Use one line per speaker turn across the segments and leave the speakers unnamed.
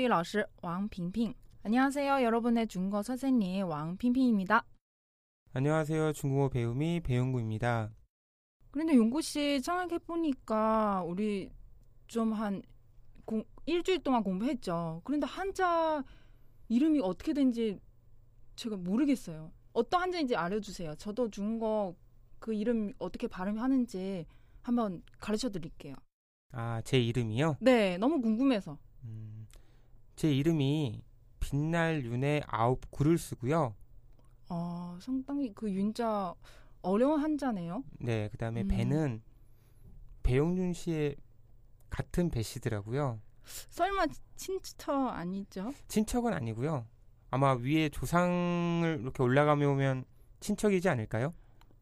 따지하我是大家的中国语老师王平平 안녕하세요 여러분의 중국어 선생님 왕핑핑입니다.
안녕하세요. 중국어 배우미 배용구입니다.
그런데 용구 씨 생각해 보니까 우리 좀 한 일주일 동안 공부했죠. 그런데 한자 이름이 어떻게 된지 제가 모르겠어요. 어떤 한자인지 알려주세요. 저도 중국어 그 이름 어떻게 발음하는지 한번 가르쳐 드릴게요.
아, 제 이름이요?
네, 너무 궁금해서.
음, 제 이름이 빛날 윤의 아홉 구를 쓰고요.
아, 상당히 그 윤자 어려운 한자네요.
네, 그 다음에
음.
배는 배용준 씨의 같은 배시더라고요.
설마 친처 아니죠?
친척은 아니고요. 아마 위에 조상을 이렇게 올라가면 오면 친척이지 않을까요?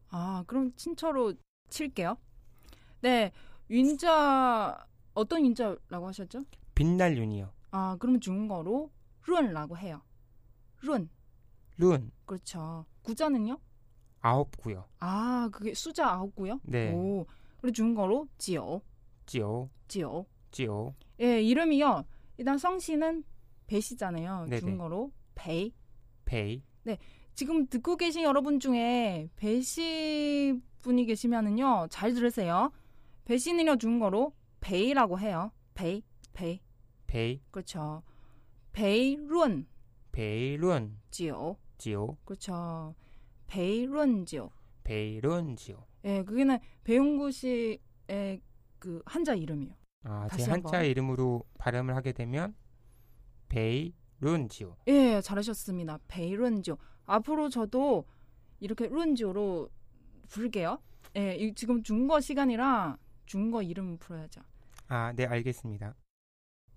아, 그럼 친처로 칠게요. 네, 윤자 어떤 윤자라고 하셨죠?
빛날 윤이요.
아, 그럼 중국어로 룬라고 해요. 룬.
룬
그렇죠. 구자는요?
아홉 구요.
아, 그게 수자 아홉고요.
네.
오. 그리고 중국어로 지오.
지오
지오.
지오
예, 이름이요. 일단 성씨는 배시잖아요.
네네.
중국어로 베이.
베이
지금 듣고 계신 여러분 중에 배시 분이 계시면은요. 잘 들으세요. 배시는요 중국어로 베이라고 해요. 베이. 베이.
베이
그렇죠. 베이 룬
베이 룬
지오.
지오
그렇죠. 베이 룬 지오.
베이 룬 지오.
예, 그게는 배용구 씨의 그 한자 이름이요.
아, 제
다시 한번.
한자 이름으로 발음을 하게 되면 베이룬지오.
예, 잘하셨습니다. 베이룬지오. 앞으로 저도 이렇게 룬지오로 부를게요. 예, 이- 지금 중거 시간이라 중거 이름 풀어야죠.
아, 네, 알겠습니다.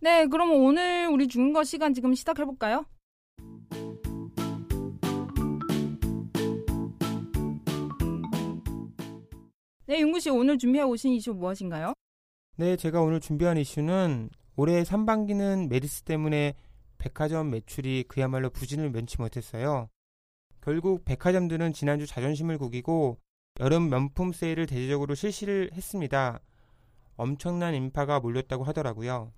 네, 그럼 오늘 우리 중거 시간 지금 시작해 볼까요? 네, 윤구 씨 오늘 준비해 오신 이슈 무엇인가요?
네, 제가 오늘 준비한 이슈는 올해 상반기는 메르스 때문에 백화점 매출이 그야말로 부진을 면치 못했어요. 결국 백화점들은 지난주 자존심을 구기고 여름 명품 세일을 대대적으로 실시를 했습니다. 엄청난 인파가 몰렸다고 하더라고요.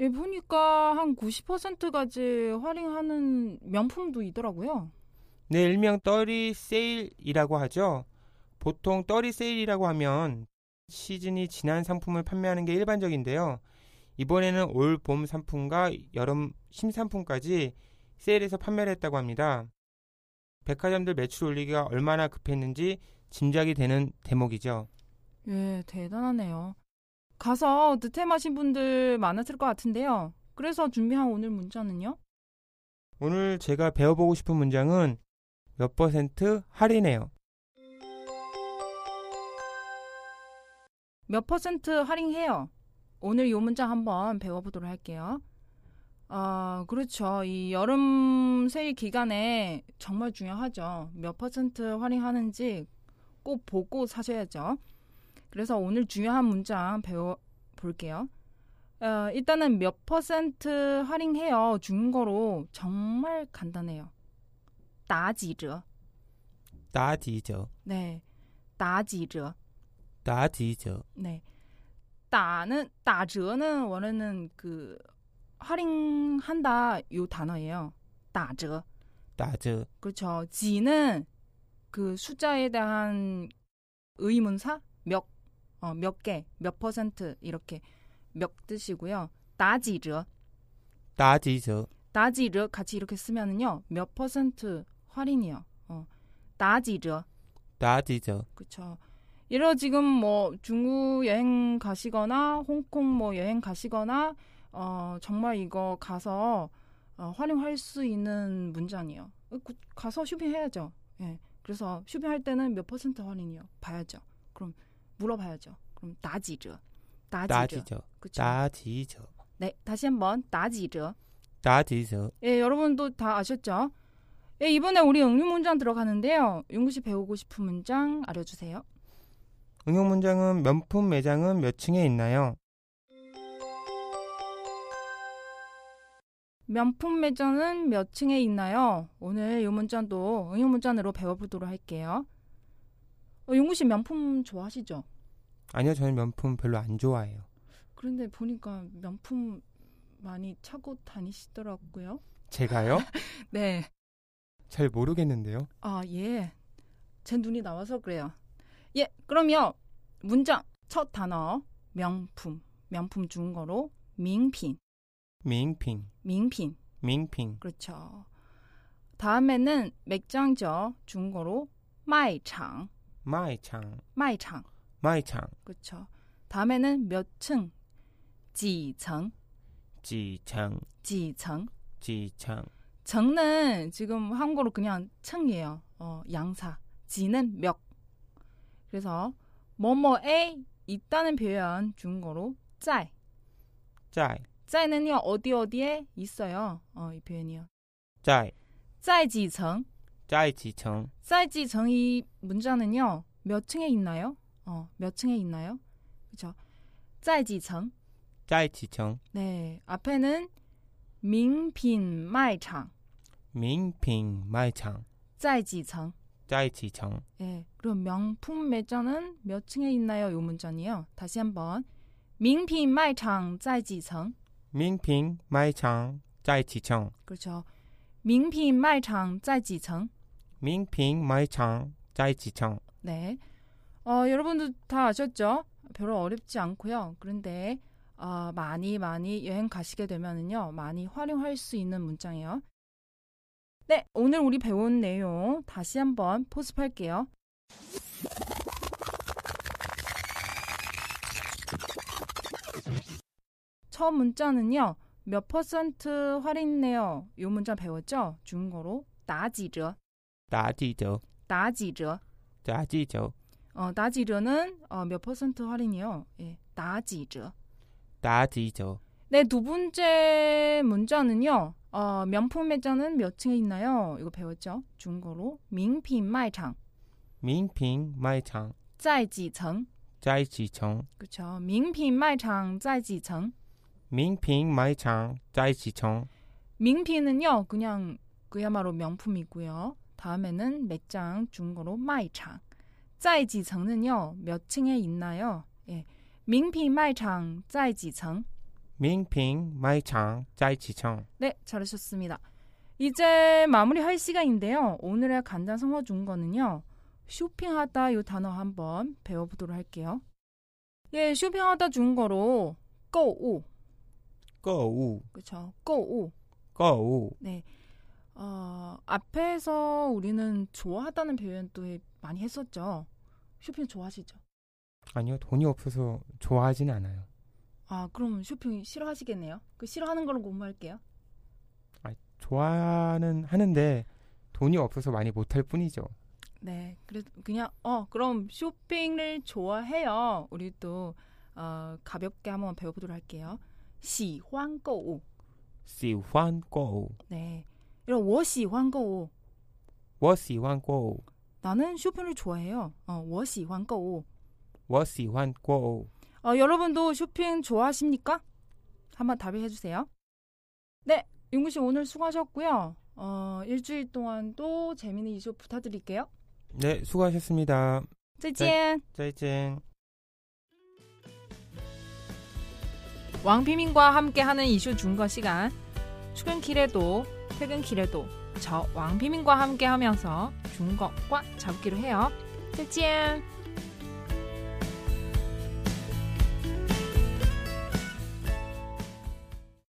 예, 보니까 한 90%까지 할인하는 명품도 있더라고요.
네, 일명 떨이 세일이라고 하죠. 보통 떨이 세일이라고 하면 시즌이 지난 상품을 판매하는 게 일반적인데요. 이번에는 올 봄 상품과 여름 신상품까지 세일에서 판매를 했다고 합니다. 백화점들 매출 올리기가 얼마나 급했는지 짐작이 되는 대목이죠.
예, 대단하네요. 가서 득템하신 분들 많았을 것 같은데요. 그래서 준비한 오늘 문자는요?
오늘 제가 배워보고 싶은 문장은 몇 퍼센트 할인해요.
몇 퍼센트 할인해요? 오늘 요 문자 한번 배워보도록 할게요. 아, 그렇죠. 이 여름 세일 기간에 정말 중요하죠. 몇 퍼센트 할인하는지 꼭 보고 사셔야죠. 그래서 오늘 중요한 문장 배워볼게요. 어, 일단은 몇 퍼센트 할인해요. 중거로 정말 간단해요. 따지죠.
따지죠.
네. 따지죠.
따지죠.
네. 따는 따저는 원래는 그 할인한다 요 단어예요. 따저.
따져.
그렇죠. 지는 그 숫자에 대한 의문사 몇, 어, 몇 개, 몇 퍼센트 이렇게 몇 뜻이고요. 따지저.
따지죠.
따지저 같이 이렇게 쓰면은요. 몇 퍼센트 할인이요. 어. 따지저.
따지죠.
그렇죠. 이러 지금 뭐 중국 여행 가시거나 홍콩 뭐 여행 가시거나 어 정말 이거 가서 어, 활용할 수 있는 문장이에요. 어, 그- 가서 쇼핑해야죠. 예. 그래서 쇼핑할 때는 몇 퍼센트 할인이요? 봐야죠. 그럼 물어봐야죠. 그럼 따지죠. 따지죠.
따지죠.
그렇죠.
따지죠.
네, 다시 한번 따지죠.
스타디즈.
예, 여러분도 다 아셨죠? 예, 이번에 우리 응용 문장 들어가는데요. 용구 씨 배우고 싶은 문장 알려주세요.
응용 문장은 명품 매장은 몇 층에 있나요?
명품 매장은 몇 층에 있나요? 오늘 이 문장도 응용 문장으로 배워보도록 할게요. 어, 용구 씨 명품 좋아하시죠?
아니요, 저는 명품 별로 안 좋아해요.
그런데 보니까 명품 많이 차고 다니시더라고요.
제가요?
네.
잘 모르겠는데요.
아, 예. 제 눈이 나와서 그래요. 예, 그럼요. 문장 첫 단어 명품. 명품 중거로 명품.
밍핑,
명품.
밍핑,
그렇죠. 다음에는 맥장죠. 중거로 마이창.
마이창,
마이창.
마이창,
그렇죠. 다음에는 몇 층? 지층.
지창,
지층.
지창,
정는 지금 한국어로 그냥 층이에요. 어, 양사. 지는 몇. 그래서 뭐뭐에 있다는 표현 중국어로 짜이.
짜이,
짜이는요 어디 어디에 있어요. 어, 이 표현이요.
짜이,
짜이 지청.
짜이 지청,
짜이 지청 이 문자는요 몇 층에 있나요? 어, 몇 층에 있나요? 그렇죠. 짜이 지청.
짜이 지청,
네 앞에는 민빈 마이창.
밍핑, 마이창,
짜이 지청.
짜이 지청,
예, 그럼 명품 매장은 몇 층에 있나요? 요 문장이요. 다시 한번. 명품 매장 在几层?
밍핑, 마이창, 짜이 지청,
그렇죠. 명품 매장 在几层?
밍핑, 마이창, 짜이 지청.
네. 어, 여러분도 다 아셨죠? 별로 어렵지 않고요. 그런데 아, 많이 많이 여행 가시게 되면은요. 많이 활용할 수 있는 문장이에요. 네, 오늘 우리 배운 내용 다시 한번 포습할게요. 첫 문자는요. 몇 퍼센트 할인네요. 이 문자 배웠죠? 중국어로 나지저,
따지죠,
나지저.
따지죠,
어, 나지저는 어, 몇 퍼센트 할인이요? 예, 나지저.
따지죠,
네, 두 번째 문자는요. 어, 명품 매장은 몇 층에 있나요? 이거 배웠죠? 중국어로 명품 매장
밍핑, 마이창,
在几层?
짜이 지청,
그렇죠. 명품 매장 在几层?
밍핑, 마이창, 짜이 지청,
명품은요. 그냥 그야말로 명품이고요. 다음에는 매장 중국어로 매장. 在几层은요. 몇 층에 있나요? 예. 명품 매장 在几层?
밍핑, 마이창, 짜이 지청.
네, 잘하셨습니다. 이제 마무리할 시간인데요. 오늘의 간단 성어 중거는요. 쇼핑하다 요 단어 한번 배워보도록 할게요. 예, 쇼핑하다 중거로 꼬우,
购物,
그렇죠? 꼬우.
购物,
네. 어, 앞에서 우리는 좋아하다는 표현도 해- 많이 했었죠. 쇼핑 좋아하시죠?
아니요, 돈이 없어서 좋아하진 않아요.
아, 그럼 쇼핑 싫어하시겠네요. 그 싫어하는 걸로 공부할게요.
좋아는 하는데 돈이 없어서 많이 못할 뿐이죠.
네, 그래도 그냥 어 그럼 쇼핑을 좋아해요. 우리 또 어, 가볍게 한번 배워보도록 할게요. 시환购物.
喜欢购物,
네, 이런 我喜欢购物.
我喜欢购物,
나는 쇼핑을 좋아해요. 어, 我喜欢购物.
我喜欢购物.
어, 여러분도 쇼핑 좋아하십니까? 한번 답해 주세요. 네, 윤구 씨 오늘 수고하셨고요. 어, 일주일 동안 또 재미있는 이슈 부탁드릴게요.
네, 수고하셨습니다.
再见.
再见.
왕피민과 함께하는 이슈 준거 시간 출근길에도 퇴근길에도 저 왕피민과 함께하면서 준거꽉 잡기로 해요. 再见.